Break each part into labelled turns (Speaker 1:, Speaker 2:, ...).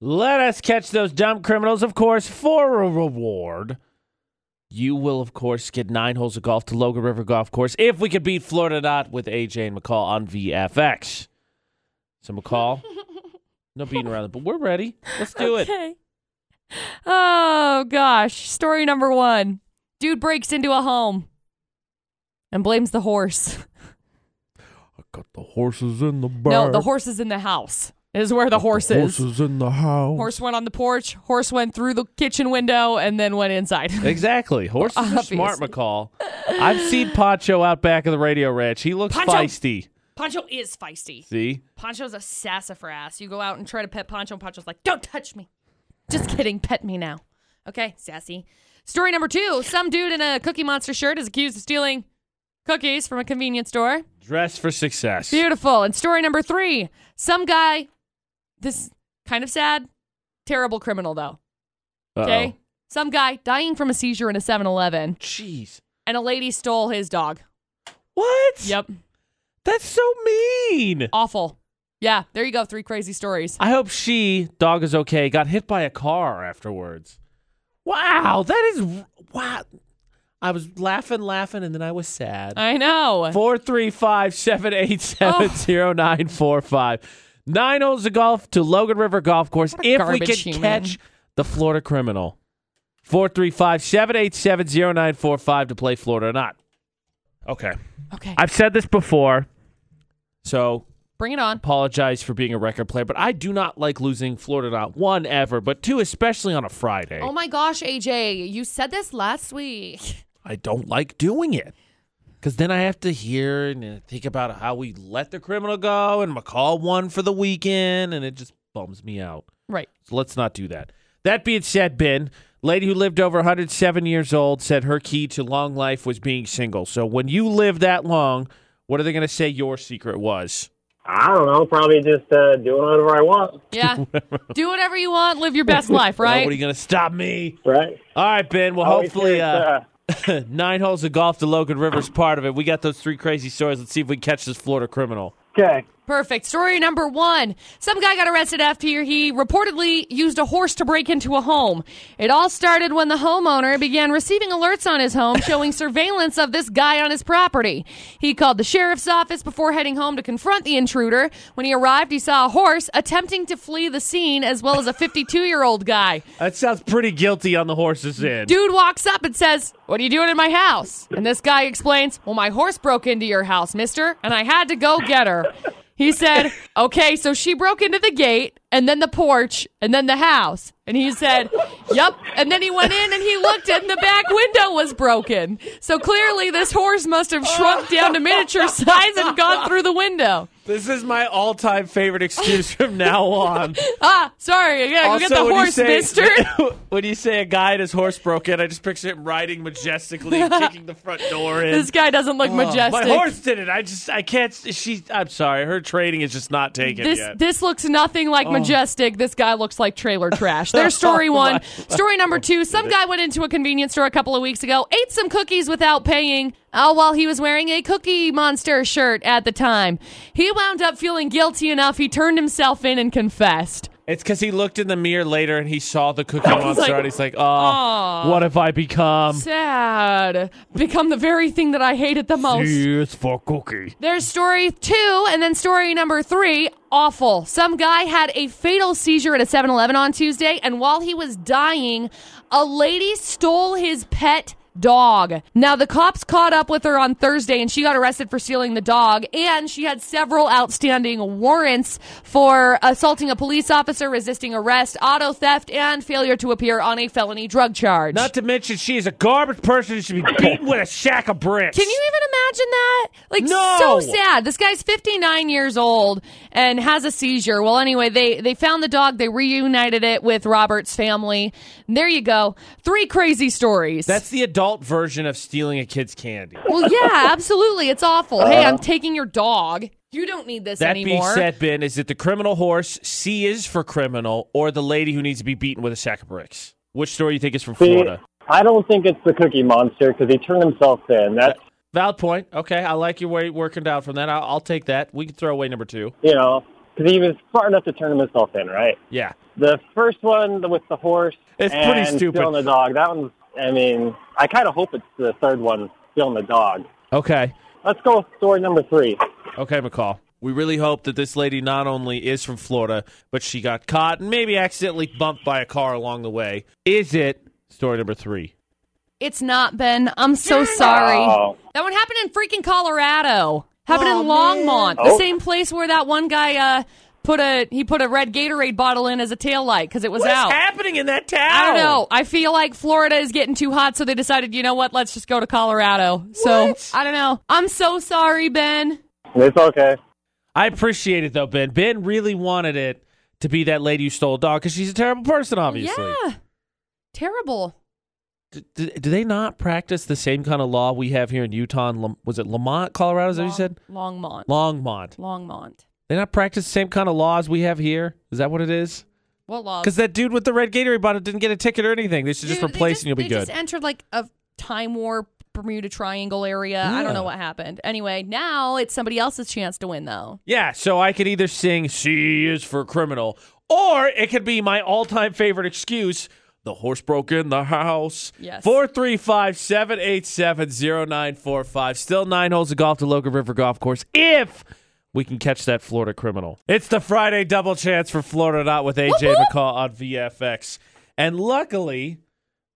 Speaker 1: Let us catch those dumb criminals, of course, for a reward. You will, of course, get nine holes of golf to Logan River Golf Course if we could beat Florida Not with AJ and McCall on VFX. So, McCall, no beating around it, but we're ready. Let's do it.
Speaker 2: Okay. Oh gosh. Story number one. Dude breaks into a home and blames the horse.
Speaker 1: I got the horses in the barn.
Speaker 2: No, the horse is in the house. Is where the horse is.
Speaker 1: Horses in the house.
Speaker 2: Horse went on the porch. Horse went through the kitchen window and then went inside.
Speaker 1: Exactly. Horses are smart,
Speaker 2: Obviously.
Speaker 1: McCall. I've seen Pacho out back of the radio ranch. He looks
Speaker 2: Pancho!
Speaker 1: feisty.
Speaker 2: Poncho is feisty.
Speaker 1: See?
Speaker 2: Poncho's a sassafras. You go out and try to pet Poncho, and Poncho's like, "Don't touch me." Just kidding. Pet me now. Okay, sassy. Story number two. Some dude in a Cookie Monster shirt is accused of stealing cookies from a convenience store.
Speaker 1: Dress for success.
Speaker 2: Beautiful. And story number three some guy, this kind of sad, terrible criminal though.
Speaker 1: Uh-oh.
Speaker 2: Okay. Some guy dying from a seizure in a 7 Eleven,
Speaker 1: Jeez.
Speaker 2: and a lady stole his dog.
Speaker 1: What?
Speaker 2: Yep.
Speaker 1: That's so mean.
Speaker 2: Awful. Yeah. There you go. Three crazy stories.
Speaker 1: I hope she, dog is okay, got hit by a car afterwards. Wow, that is wow. I was laughing, laughing, and then I was sad.
Speaker 2: I know.
Speaker 1: Four three five seven eight seven zero nine four five. Nine holes of golf to Logan River Golf Course.
Speaker 2: What a
Speaker 1: If we
Speaker 2: garbage
Speaker 1: can
Speaker 2: human.
Speaker 1: catch the Florida criminal. Four three five seven eight seven zero nine four five to play Florida or not. Okay.
Speaker 2: Okay.
Speaker 1: I've said this before, so
Speaker 2: Bring it on.
Speaker 1: apologize for being a record player, but I do not like losing Florida not one ever, but two especially on a Friday.
Speaker 2: Oh my gosh, AJ. You said this last week.
Speaker 1: I don't like doing it. Cause then I have to hear and uh, think about how we let the criminal go and McCall won for the weekend and it just bums me out.
Speaker 2: Right.
Speaker 1: So let's not do that. That being said, Ben, lady who lived over 107 years old said her key to long life was being single. So when you live that long, what are they gonna say your secret was?
Speaker 3: I don't know. Probably just uh, doing whatever I want,
Speaker 2: Yeah. Do whatever you want. Live your best life, right?
Speaker 1: Nobody gonna stop me.
Speaker 3: right?
Speaker 1: All right, Ben. Well,
Speaker 3: Always
Speaker 1: hopefully,
Speaker 3: hear
Speaker 1: uh,
Speaker 3: it's,
Speaker 1: Nine holes of golf to Logan Rivers part of it. We got those three crazy stories. Let's see if we can catch this Florida criminal.
Speaker 3: uh, okay.
Speaker 2: Perfect. Story number one. Some guy got arrested after he reportedly used a horse to break into a home. It all started when the homeowner began receiving alerts on his home showing surveillance of this guy on his property. He called the sheriff's office before heading home to confront the intruder. When he arrived, he saw a horse attempting to flee the scene as well as a 52 year old guy.
Speaker 1: That sounds pretty guilty on the horse's end.
Speaker 2: Dude walks up and says, What are you doing in my house? And this guy explains, Well, my horse broke into your house, mister, and I had to go get her. He said, Okay, so she broke into the gate and then the porch and then the house. And he said, Yep. And then he went in and he looked and the back window was broken. So clearly this horse must have shrunk down to miniature size and gone through the window.
Speaker 1: This is my all-time favorite excuse from now on.
Speaker 2: Ah, sorry, I gotta go get the horse, mister.
Speaker 1: when you say a guy and his horse broke in, I just picture him riding majestically, and kicking the front door in.
Speaker 2: This guy doesn't look
Speaker 1: Oh,
Speaker 2: majestic.
Speaker 1: my horse did it. I just, I can't. She, I'm sorry. Her training is just not taken
Speaker 2: This
Speaker 1: yet.
Speaker 2: this looks nothing like majestic. This guy looks like trailer trash. There's story
Speaker 1: Oh
Speaker 2: one.
Speaker 1: my-
Speaker 2: Story number two. Some guy went into a convenience store a couple of weeks ago, ate some cookies without paying. Oh, while he was wearing a Cookie Monster shirt at the time, he wound up feeling guilty enough. He turned himself in and confessed.
Speaker 1: It's because he looked in the mirror later and he saw the cookie monster,
Speaker 2: like,
Speaker 1: and he's like, "Oh, what have I become?"
Speaker 2: Sad. Become the very thing that I hated the most.
Speaker 1: Cheers for cookie.
Speaker 2: There's story two, and then story number three. Awful. Some guy had a fatal seizure at a 7 Eleven on Tuesday, and while he was dying, a lady stole his pet dog. Now, the cops caught up with her on Thursday, and she got arrested for stealing the dog, and she had several outstanding warrants for assaulting a police officer, resisting arrest, auto theft, and failure to appear on a felony drug charge.
Speaker 1: Not to mention, she is a garbage person who should be beaten with a sack of bricks.
Speaker 2: Can you even imagine that? Like,
Speaker 1: No!
Speaker 2: so sad. This guy's 59 years old and has a seizure. Well, anyway, they, they found the dog. They reunited it with Robert's family. There you go. Three crazy stories.
Speaker 1: That's the adult version of stealing a kid's candy.
Speaker 2: well, yeah, absolutely. It's awful. hey, I'm taking your dog. You don't need this
Speaker 1: Uh-huh. That
Speaker 2: anymore.
Speaker 1: being said, Ben, is it the criminal horse, C is for criminal, or the lady who needs to be beaten with a sack of bricks? Which story do you think is from
Speaker 3: See,
Speaker 1: Florida?
Speaker 3: I don't think it's the Cookie Monster because he turned himself in. That's
Speaker 1: Valid point. Okay, I like your way working down from that. I'll, I'll take that. We can throw away number two.
Speaker 3: you know, because he was smart enough to turn himself in, right?
Speaker 1: Yeah.
Speaker 3: The first one with the horse
Speaker 4: It's
Speaker 3: and
Speaker 4: pretty stupid.
Speaker 3: Still in the dog. That one's. I mean, I kind of hope it's the third one, still in the dog.
Speaker 1: Okay.
Speaker 3: Let's go with story number three.
Speaker 1: Okay, McCall. We really hope that this lady not only is from Florida, but she got caught and maybe accidentally bumped by a car along the way. Is it story number three?
Speaker 2: It's not, Ben. I'm so sorry.
Speaker 3: Oh.
Speaker 2: That one happened in freaking Colorado. Happened in Longmont, the
Speaker 3: Oh.
Speaker 2: same place where that one guy uh, put a he put a red Gatorade bottle in as a taillight because it was
Speaker 1: What's
Speaker 2: out.
Speaker 1: happening in that town?
Speaker 2: I don't know. I feel like Florida is getting too hot, so they decided, you know what? Let's just go to Colorado. So
Speaker 1: What?
Speaker 2: I don't know. I'm so sorry, Ben.
Speaker 3: It's okay.
Speaker 1: I appreciate it though, Ben. Ben really wanted it to be that lady who stole a dog because she's a terrible person, obviously.
Speaker 2: Yeah, terrible.
Speaker 1: D- d- do they not practice the same kind of law we have here in Utah? And Lam- was it Lamont, Colorado? Is that what you said?
Speaker 2: Long- Longmont.
Speaker 1: Longmont.
Speaker 2: Longmont.
Speaker 1: They not practice the same kind of laws we have here. Is that what it is?
Speaker 2: What law?
Speaker 1: Because that dude with the red Gatorade bottle didn't get a ticket or anything. They should just
Speaker 2: Dude, they
Speaker 1: replace
Speaker 2: just-
Speaker 1: and you'll be
Speaker 2: they
Speaker 1: good.
Speaker 2: just entered like a time warp Bermuda Triangle area. I don't
Speaker 1: Yeah.
Speaker 2: know what happened. Anyway, now it's somebody else's chance to win, though.
Speaker 1: yeah, so I could either sing "C is for criminal" or it could be my all-time favorite excuse: "The horse broke in the house."
Speaker 2: Yes.
Speaker 1: Four three five seven eight seven zero nine four five. Still nine holes of golf to Logan River Golf Course. If we can catch that Florida criminal, it's the Friday double chance for Florida Not with AJ McCall on VFX, and luckily.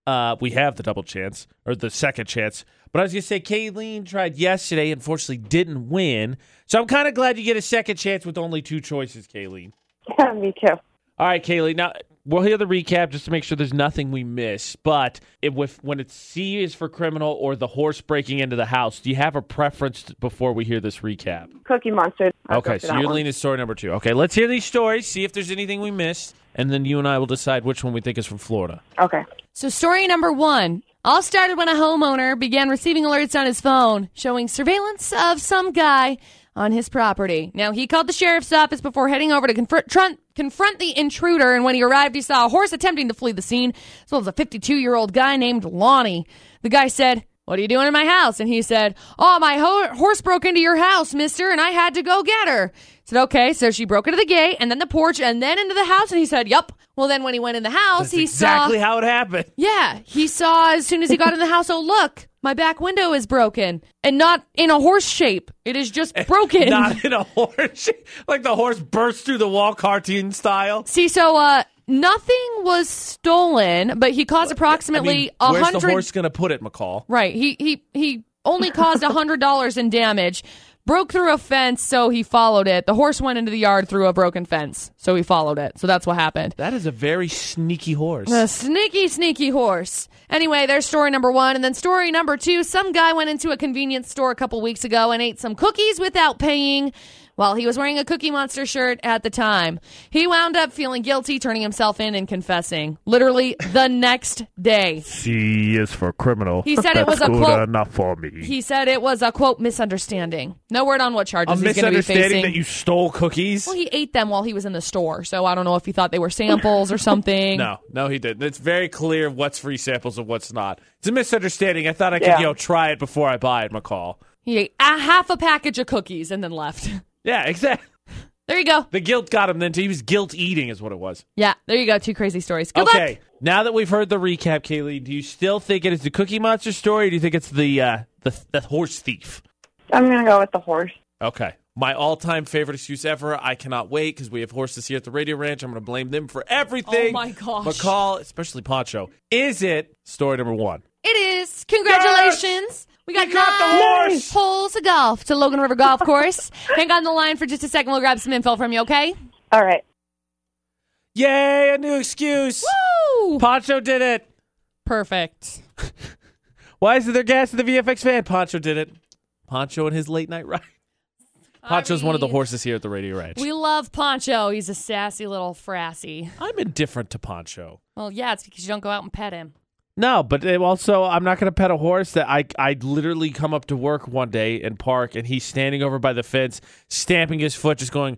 Speaker 1: Uh, we have the double chance or the second chance. But I was gonna say, Kayleen tried yesterday, unfortunately didn't win. So I'm kind of glad you get a second chance with only two choices, Kayleen.
Speaker 5: Yeah, me too.
Speaker 1: All right, Kaylee. Now we'll hear the recap just to make sure there's nothing we miss. But if with, when it's C is for criminal or the horse breaking into the house, do you have a preference before we hear this recap?
Speaker 5: Cookie Monster. I'll go
Speaker 1: okay, so
Speaker 5: for that
Speaker 1: you're
Speaker 5: one.
Speaker 1: leaning story number two. Okay, let's hear these stories, see if there's anything we missed, and then you and I will decide which one we think is from Florida.
Speaker 5: Okay.
Speaker 2: So, story number one all started when a homeowner began receiving alerts on his phone showing surveillance of some guy on his property. Now, he called the sheriff's office before heading over to confront, trun- confront the intruder, and when he arrived, he saw a horse attempting to flee the scene, as well as a 52 year old guy named Lonnie. The guy said, What are you doing in my house? And he said, Oh, my ho- horse broke into your house, mister, and I had to go get her. I said, Okay. So she broke into the gate and then the porch and then into the house, and he said, Yep. Well, then when he went in the house, he saw.
Speaker 1: exactly how it happened.
Speaker 2: Yeah, he saw as soon as he got in the house. Oh, look, my back window is broken, and not in a horse shape. It is just broken.
Speaker 1: Eh, Not in a horse. like the horse burst through the wall cartoon style.
Speaker 2: See, so uh, nothing was stolen, but he caused approximately a
Speaker 1: where's
Speaker 2: hundred.
Speaker 1: the horse going to put it, McCall?
Speaker 2: Right, he he he only caused a hundred dollars in damage. Broke through a fence, so he followed it. The horse went into the yard through a broken fence, so he followed it. So that's what happened.
Speaker 1: That is a very sneaky horse.
Speaker 2: A sneaky, sneaky horse. Anyway, there's story number one. And then story number two some guy went into a convenience store a couple weeks ago and ate some cookies without paying while he was wearing a Cookie Monster shirt at the time. He wound up feeling guilty, turning himself in, and confessing literally the next day.
Speaker 6: C is for criminal.
Speaker 2: He said it was
Speaker 6: That's
Speaker 2: a
Speaker 6: good
Speaker 2: quote.
Speaker 6: enough for me.
Speaker 2: He said it was a quote misunderstanding. No word on what
Speaker 1: a
Speaker 2: charges he's going to be
Speaker 1: misunderstanding
Speaker 2: facing.
Speaker 1: that you stole cookies?
Speaker 2: well, he ate them while he was in the store, so I don't know if he thought they were samples or something.
Speaker 1: no, no, he didn't. It's very clear what's free samples and what's not. It's a misunderstanding. I thought I could,
Speaker 5: Yeah.
Speaker 1: you know, try it before I buy it, McCall.
Speaker 2: He ate a half a package of cookies and then left.
Speaker 1: Yeah, exactly.
Speaker 2: There you go.
Speaker 1: The guilt got him then. too. He was guilt eating, is what it was.
Speaker 2: Yeah, there you go. Two crazy stories. Good
Speaker 1: okay,
Speaker 2: luck.
Speaker 1: now that we've heard the recap, Kaylee, do you still think it is the Cookie Monster story, or do you think it's the uh, the, the horse thief?
Speaker 5: I'm going to go with the horse.
Speaker 1: Okay. My all time favorite excuse ever. I cannot wait because we have horses here at the Radio Ranch. I'm going to blame them for everything.
Speaker 2: Oh, my gosh.
Speaker 1: McCall, especially Poncho. Is it story number one?
Speaker 2: It is. Congratulations. We got,
Speaker 1: got the
Speaker 2: nine
Speaker 1: horse.
Speaker 2: holes of golf to Logan River Golf Course. Hang on the line for just a second. We'll grab some info from you, okay?
Speaker 5: All right.
Speaker 1: Yay, a new excuse.
Speaker 2: Woo!
Speaker 1: Poncho did it.
Speaker 2: Perfect.
Speaker 1: Why is there gas in the VFX fan? Poncho did it. Poncho and his late night ride. Poncho's one of the
Speaker 2: mean,
Speaker 1: horses here at the Radio Ranch.
Speaker 2: We love Poncho. He's a sassy little frassy.
Speaker 1: I'm indifferent to Poncho.
Speaker 2: Well, yeah, it's because you don't go out and pet him.
Speaker 1: No, but it also I'm not going to pet a horse that I I literally come up to work one day and park and he's standing over by the fence, stamping his foot, just going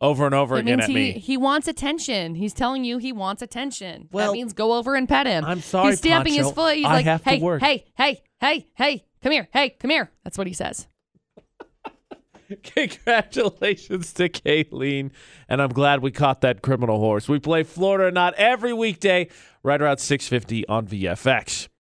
Speaker 1: over and over
Speaker 2: It
Speaker 1: again
Speaker 2: means
Speaker 1: at
Speaker 2: he,
Speaker 1: me.
Speaker 2: he wants attention. He's telling you he wants attention.
Speaker 1: Well,
Speaker 2: that means go over and pet him.
Speaker 1: I'm sorry,
Speaker 2: He's stamping his
Speaker 1: Poncho.
Speaker 2: foot. He's
Speaker 1: I
Speaker 2: like,
Speaker 1: have to
Speaker 2: hey,
Speaker 1: work."
Speaker 2: hey, hey, hey, hey, come here, hey, come here. That's what he says.
Speaker 1: Congratulations to Kayleen. And I'm glad we caught that criminal horse. We play Florida or not every weekday, right around 650 on VFX.